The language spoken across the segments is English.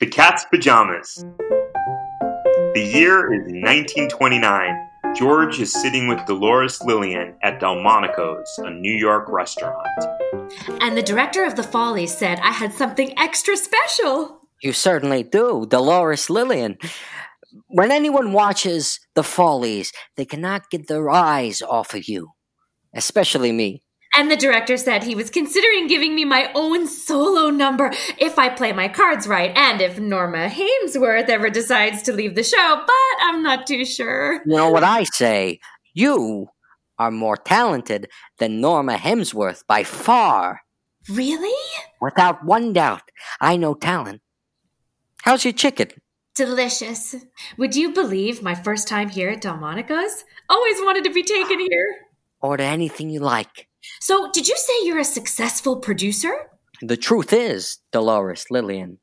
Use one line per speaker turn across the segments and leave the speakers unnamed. The Cat's Pajamas. The year is 1929. George is sitting with Dolores Lillian at Delmonico's, a New York restaurant.
And the director of The Follies said I had something extra special.
You certainly do, Dolores Lillian. When anyone watches The Follies, they cannot get their eyes off of you, especially me.
And the director said he was considering giving me my own solo number if I play my cards right and if Norma Hamesworth ever decides to leave the show, but I'm not too sure.
You know what I say? You are more talented than Norma Hemsworth by far.
Really?
Without one doubt, I know talent. How's your chicken?
Delicious. Would you believe my first time here at Delmonico's? Always wanted to be taken here.
Order anything you like.
So, did you say you're a successful producer?
The truth is, Dolores Lillian,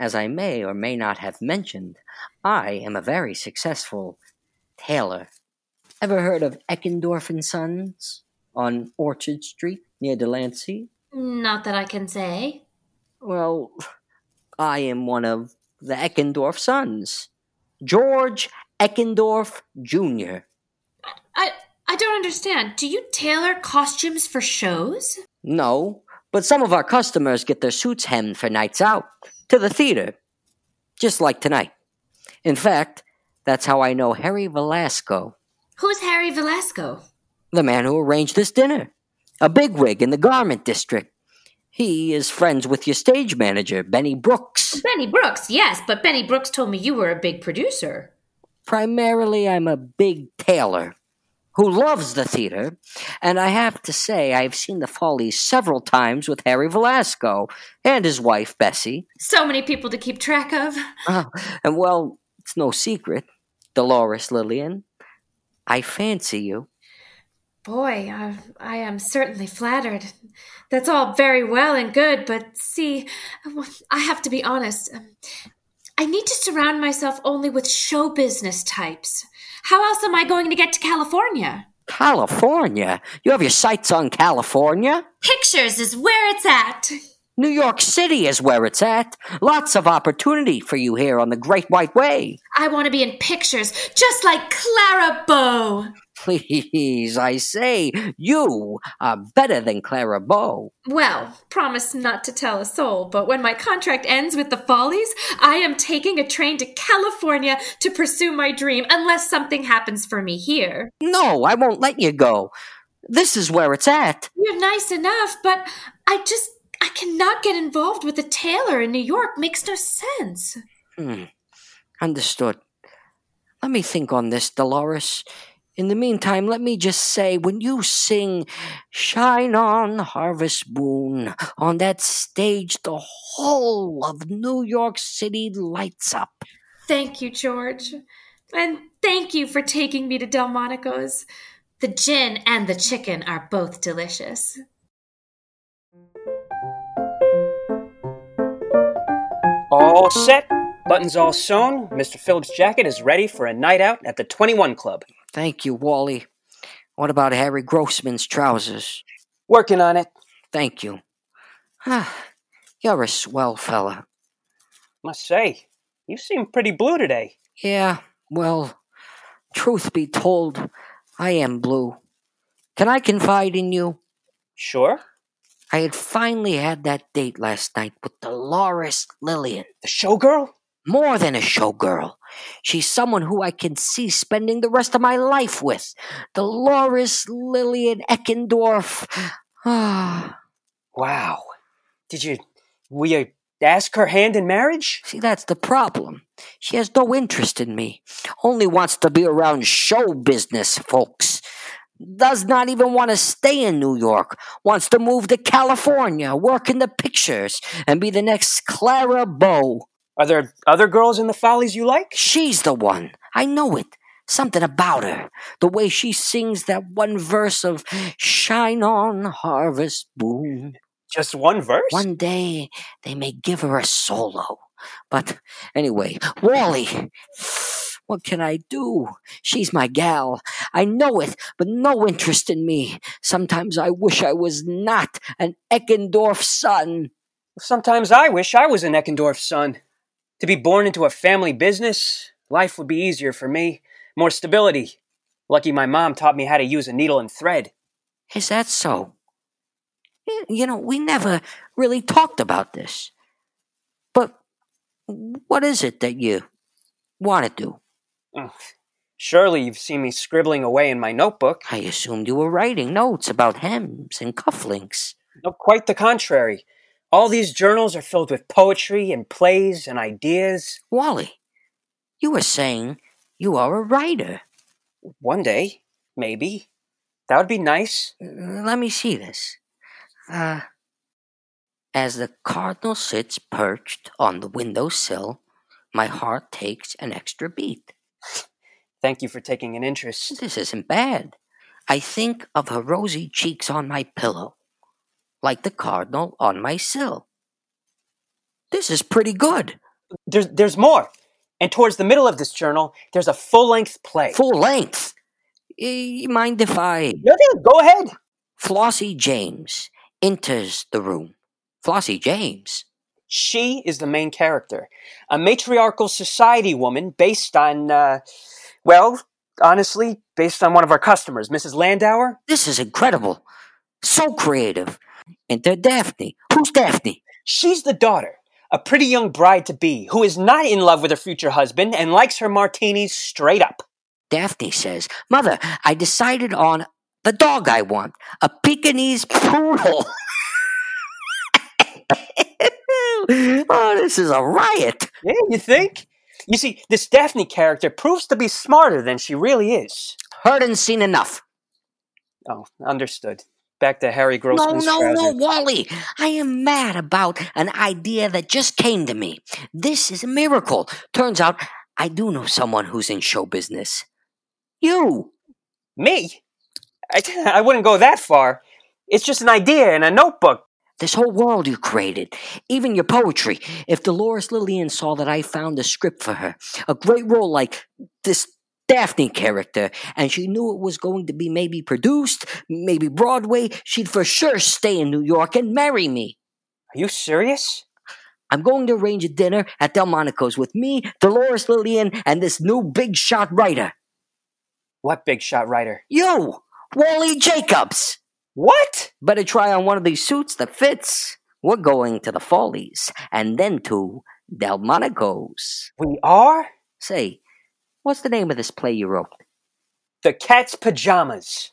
as I may or may not have mentioned, I am a very successful tailor. Ever heard of Eckendorf and Sons on Orchard Street near Delancey?
Not that I can say.
Well, I am one of the Eckendorf sons, George Eckendorf Jr.
I I don't understand. Do you tailor costumes for shows?
No, but some of our customers get their suits hemmed for nights out to the theater, just like tonight. In fact, that's how I know Harry Velasco,
Who's Harry Velasco?
the man who arranged this dinner, a bigwig in the garment district. He is friends with your stage manager, Benny Brooks.
Benny Brooks, yes, but Benny Brooks told me you were a big producer.
primarily I'm a big tailor who loves the theater, and I have to say I've seen the Follies several times with Harry Velasco and his wife Bessie.
So many people to keep track of.
Ah, and well, it's no secret, Dolores Lillian, I fancy you.
Boy, I, I am certainly flattered. That's all very well and good, but see, I have to be honest. Um, I need to surround myself only with show business types. How else am I going to get to California?
California? You have your sights on California?
Pictures is where it's at.
New York City is where it's at. Lots of opportunity for you here on the Great White Way.
I want to be in pictures, just like Clara Bow.
Please, I say, you are better than Clara Bow.
Well, promise not to tell a soul, but when my contract ends with the Follies, I am taking a train to California to pursue my dream unless something happens for me here.
No, I won't let you go. This is where it's at.
You're nice enough, but I just I cannot get involved with a tailor in New York. Makes no sense.
Hmm. Understood. Let me think on this, Dolores. In the meantime, let me just say when you sing Shine On Harvest Moon on that stage, the whole of New York City lights up.
Thank you, George. And thank you for taking me to Delmonico's. The gin and the chicken are both delicious.
All set, buttons all sewn. Mr. Phillips' jacket is ready for a night out at the 21 Club.
Thank you, Wally. What about Harry Grossman's trousers?
Working on it,
Thank you. Ah, you're a swell fella.
must say. You seem pretty blue today.
Yeah, well, truth be told, I am blue. Can I confide in you?
Sure.
I had finally had that date last night with Dolores Lillian.
The showgirl?
More than a showgirl. She's someone who I can see spending the rest of my life with. Dolores Lillian Eckendorf. Ah,
Wow. Did you. Will you ask her hand in marriage?
see, that's the problem. She has no interest in me. Only wants to be around show business, folks. Does not even want to stay in New York. Wants to move to California, work in the pictures, and be the next Clara Bow.
Are there other girls in the Follies you like?
She's the one. I know it. Something about her. The way she sings that one verse of Shine on Harvest Moon.
Just one verse?
One day they may give her a solo. But anyway, Wally, what can I do? She's my gal. I know it, but no interest in me. Sometimes I wish I was not an Eckendorf son.
Sometimes I wish I was an Eckendorf son. To be born into a family business, life would be easier for me. More stability. Lucky my mom taught me how to use a needle and thread.
Is that so? You know, we never really talked about this. But what is it that you want to do?
Ugh. Surely you've seen me scribbling away in my notebook.
I assumed you were writing notes about hems and cufflinks.
No, quite the contrary. All these journals are filled with poetry and plays and ideas.
Wally, you were saying you are a writer.
One day, maybe. That would be nice.
Uh, Let me see this. Uh, as the cardinal sits perched on the window sill, my heart takes an extra beat.
Thank you for taking an interest.
This isn't bad. I think of her rosy cheeks on my pillow, like the cardinal on my sill. This is pretty good.
There's, there's more. And towards the middle of this journal, there's a full length play.
Full length. Eh, Mind if I.
No, no, go ahead.
Flossie James enters the room. Flossie James?
She is the main character, a matriarchal society woman based on, uh, well, honestly, based on one of our customers, Mrs. Landauer.
This is incredible. So creative. Enter Daphne. Who's Daphne?
She's the daughter, a pretty young bride to be, who is not in love with her future husband and likes her martinis straight up.
Daphne says, Mother, I decided on the dog I want a Pekingese poodle. oh, this is a riot.
Yeah, you think? You see, this Daphne character proves to be smarter than she really is.
Heard and seen enough.
Oh, understood. Back to Harry Grossman's
no, no,
trousers.
no, Wally. I am mad about an idea that just came to me. This is a miracle. Turns out I do know someone who's in show business. You.
Me? I, I wouldn't go that far. It's just an idea in a notebook.
This whole world you created, even your poetry. If Dolores Lillian saw that I found a script for her, a great role like this Daphne character, and she knew it was going to be maybe produced, maybe Broadway, she'd for sure stay in New York and marry me.
Are you serious?
I'm going to arrange a dinner at Delmonico's with me, Dolores Lillian, and this new big shot writer.
What big shot writer?
You, Wally Jacobs.
What?
Better try on one of these suits that fits. We're going to the Follies and then to Delmonico's.
We are
Say, what's the name of this play you wrote?
the cat's pajamas.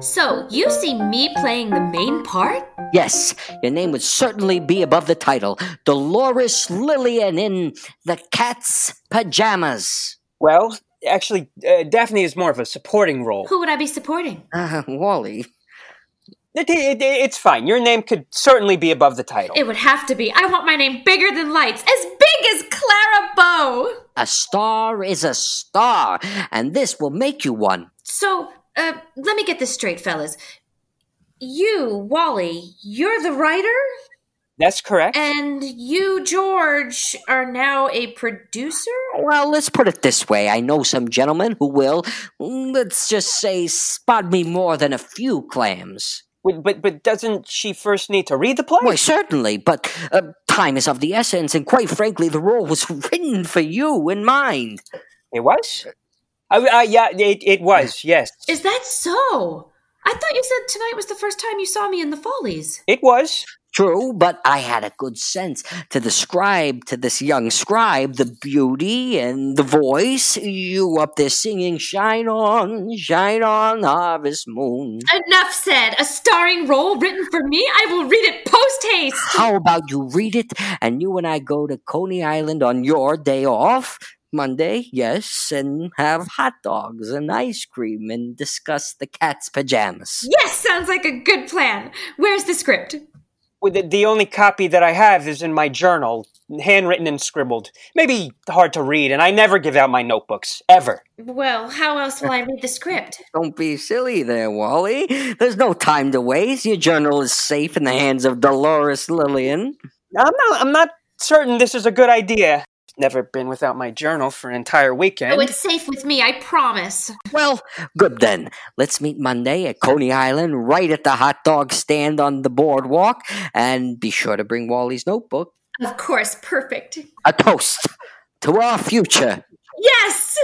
So, you see me playing the main part?
Yes, your name would certainly be above the title Dolores Lillian in The Cat's Pajamas.
Well, actually, uh, Daphne is more of a supporting role.
Who would I be supporting?
Uh, Wally.
It- it- it- it's fine. Your name could certainly be above the title.
It would have to be. I want my name bigger than lights, as big as Clara Bow.
A star is a star, and this will make you one.
So, uh, let me get this straight, fellas. You, Wally, you're the writer,
That's correct.
and you, George, are now a producer?
Well, let's put it this way. I know some gentlemen who will, mm, let's just say, spot me more than a few clams.
Wait, but but doesn't she first need to read the play?
Why, certainly, but uh, time is of the essence, and quite frankly, the role was written for you in mind.
It was. I, I, yeah, it, it was. Yes,
Hmm. Is that so? I thought you said tonight was the first time you saw me in the Follies.
it was.
True, but I had a good sense to describe to this young scribe the beauty and the voice. You up there singing, Shine on, shine on, harvest moon.
Enough said. A starring role written for me? I will read it post haste.
How about you read it and you and I go to Coney Island on your day off? Monday, yes, and have hot dogs and ice cream and discuss the cat's pajamas.
Yes, sounds like a good plan. Where's the script?
With The, the only copy that I have is in my journal, handwritten and scribbled. Maybe hard to read, and I never give out my notebooks ever.
Well, how else will I read the script?
Don't be silly there, Wally. There's no time to waste. Your journal is safe in the hands of Dolores Lillian.
I'm not. I'm not certain this is a good idea. Never been without my journal for an entire weekend.
Oh, it's safe with me, I promise.
Well, good then. Let's meet Monday at Coney Island, right at the hot dog stand on the boardwalk, and be sure to bring Wally's notebook.
Of course, perfect.
A toast to our future.
Yes!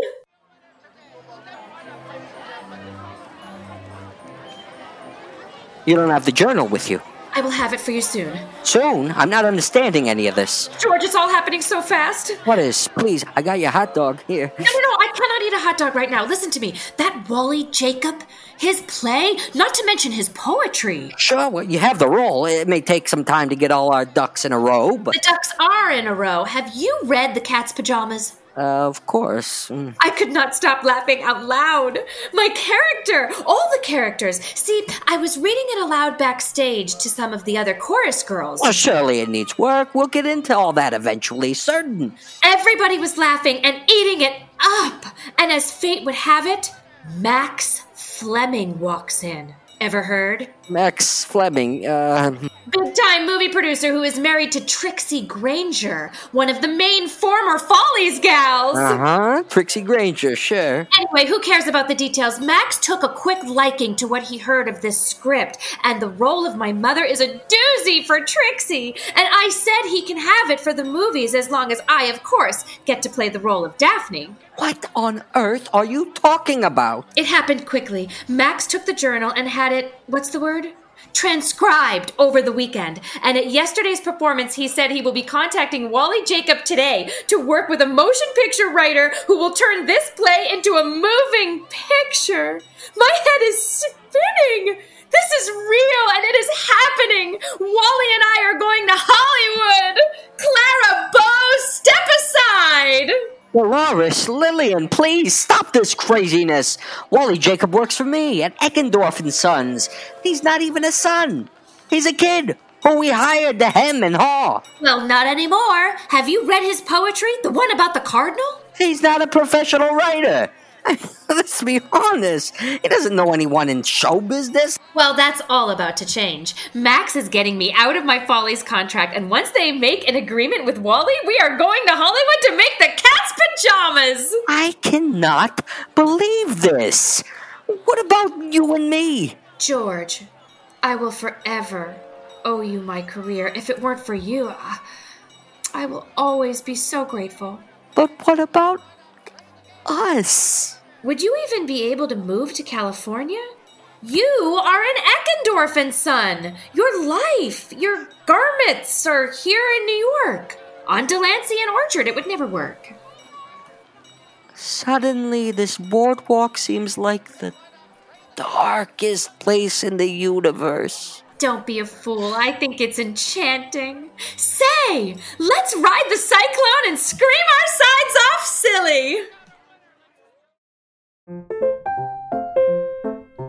You don't have the journal with you.
I will have it for you soon.
Soon? I'm not understanding any of this.
George, it's all happening so fast.
What is? Please, I got your hot dog here.
No, no, no, I cannot eat a hot dog right now. Listen to me. That Wally Jacob, his play, not to mention his poetry.
Sure, well, you have the roll. It may take some time to get all our ducks in a row, but.
The ducks are in a row. Have you read The Cat's Pajamas?
Uh, of course. Mm.
I could not stop laughing out loud. My character, all the characters. See, I was reading it aloud backstage to some of the other chorus girls.
Well, surely it needs work. We'll get into all that eventually, certain.
Everybody was laughing and eating it up. And as fate would have it, Max Fleming walks in. Ever heard?
Max Fleming, uh,
Big time movie producer who is married to Trixie Granger, one of the main former Follies gals.
uh huh. Trixie Granger, sure.
Anyway, who cares about the details? Max took a quick liking to what he heard of this script, and the role of my mother is a doozy for Trixie. And I said he can have it for the movies as long as I, of course, get to play the role of Daphne.
What on earth are you talking about?
It happened quickly. Max took the journal and had it, what's the word? Transcribed over the weekend. And at yesterday's performance, he said he will be contacting Wally Jacob today to work with a motion picture writer who will turn this play into a moving picture. My head is spinning. This is real and it is happening. Wally and I are going to Hollywood. Clara Bow, step aside.
Dolores, Lillian, please stop this craziness. Wally Jacob works for me at Eckendorf and Sons. He's not even a son. He's a kid who we hired to hem and haw.
Well, not anymore. Have you read his poetry? The one about the cardinal?
He's not a professional writer. Let's be honest. He doesn't know anyone in show business.
Well, that's all about to change. Max is getting me out of my Follies contract, and once they make an agreement with Wally, we are going to Hollywood to make the cat's pajamas!
I cannot believe this. What about you and me?
George, I will forever owe you my career. If it weren't for you, I, I will always be so grateful.
But what about us?
Would you even be able to move to California? You are an Eckendorf and son. Your life, your garments are here in New York. On Delancey and Orchard, it would never work.
Suddenly, this boardwalk seems like the darkest place in the universe.
Don't be a fool. I think it's enchanting. Say, let's ride the cyclone and scream our sides off, silly!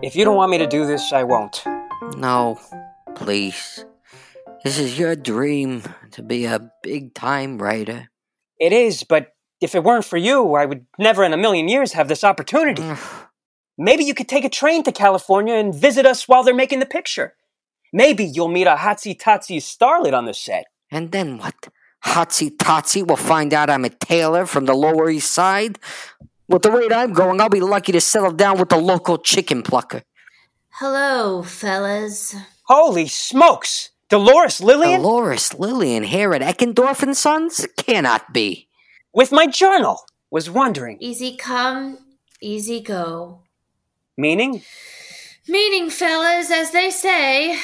If you don't want me to do this, I won't.
No, please. This is your dream to be a big time writer.
It is, but if it weren't for you, I would never in a million years have this opportunity. Maybe you could take a train to California and visit us while they're making the picture. Maybe you'll meet a Hatsy Tatsy starlet on the set.
And then what? Hotsy Totsy will find out I'm a tailor from the Lower East Side? With the rate I'm going, I'll be lucky to settle down with the local chicken plucker.
Hello, fellas.
Holy smokes! Dolores Lillian?
Dolores Lillian here at Eckendorf and Sons? Cannot be.
With my journal! Was wondering.
Easy come, easy go.
Meaning?
Meaning, fellas, as they say,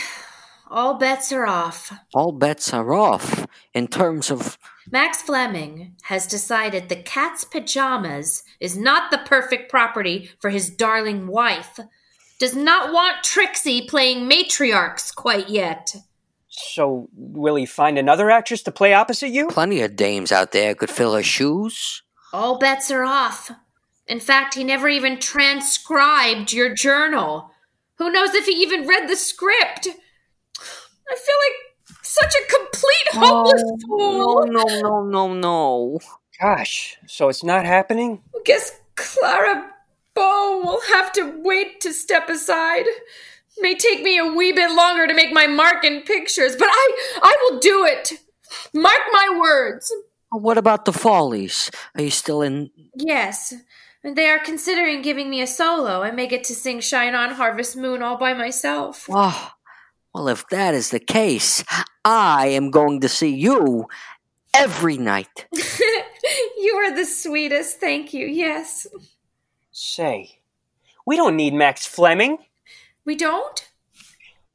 all bets are off.
All bets are off in terms of.
Max Fleming has decided the cat's pajamas is not the perfect property for his darling wife. Does not want Trixie playing matriarchs quite yet.
So, will he find another actress to play opposite you?
Plenty of dames out there could fill her shoes.
All bets are off. In fact, he never even transcribed your journal. Who knows if he even read the script? I feel like such a complete hopeless
no,
fool.
no, no, no, no.
Gosh, so it's not happening?
I guess Clara Bow will have to wait to step aside. May take me a wee bit longer to make my mark in pictures, but I I will do it. Mark my words.
What about the Follies? Are you still in
Yes. And they are considering giving me a solo. I may get to sing Shine On Harvest Moon all by myself.
Oh, Well, if that is the case, I am going to see you every night.
you are the sweetest. Thank you. Yes.
Say, we don't need Max Fleming.
We don't?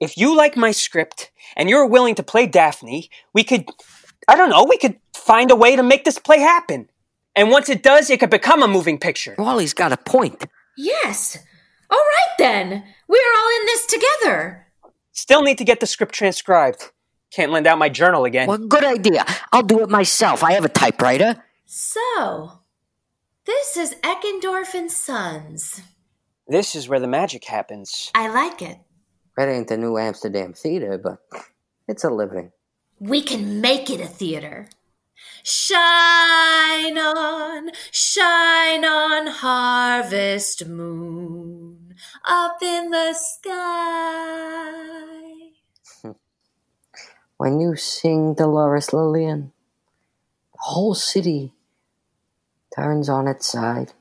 If you like my script and you're willing to play Daphne, we could, I don't know, we could find a way to make this play happen. And once it does, it could become a moving picture.
Wally's got a point.
Yes. All right then. We are all in this together.
Still need to get the script transcribed. Can't lend out my journal again.
Well, good idea. I'll do it myself. I have a typewriter.
So, this is Eckendorf and Sons.
This is where the magic happens.
I like it.
That ain't the new Amsterdam theater, but it's a living.
We can make it a theater. Shine on, shine on, harvest moon up in the sky.
When you sing Dolores Lillian, the whole city turns on its side.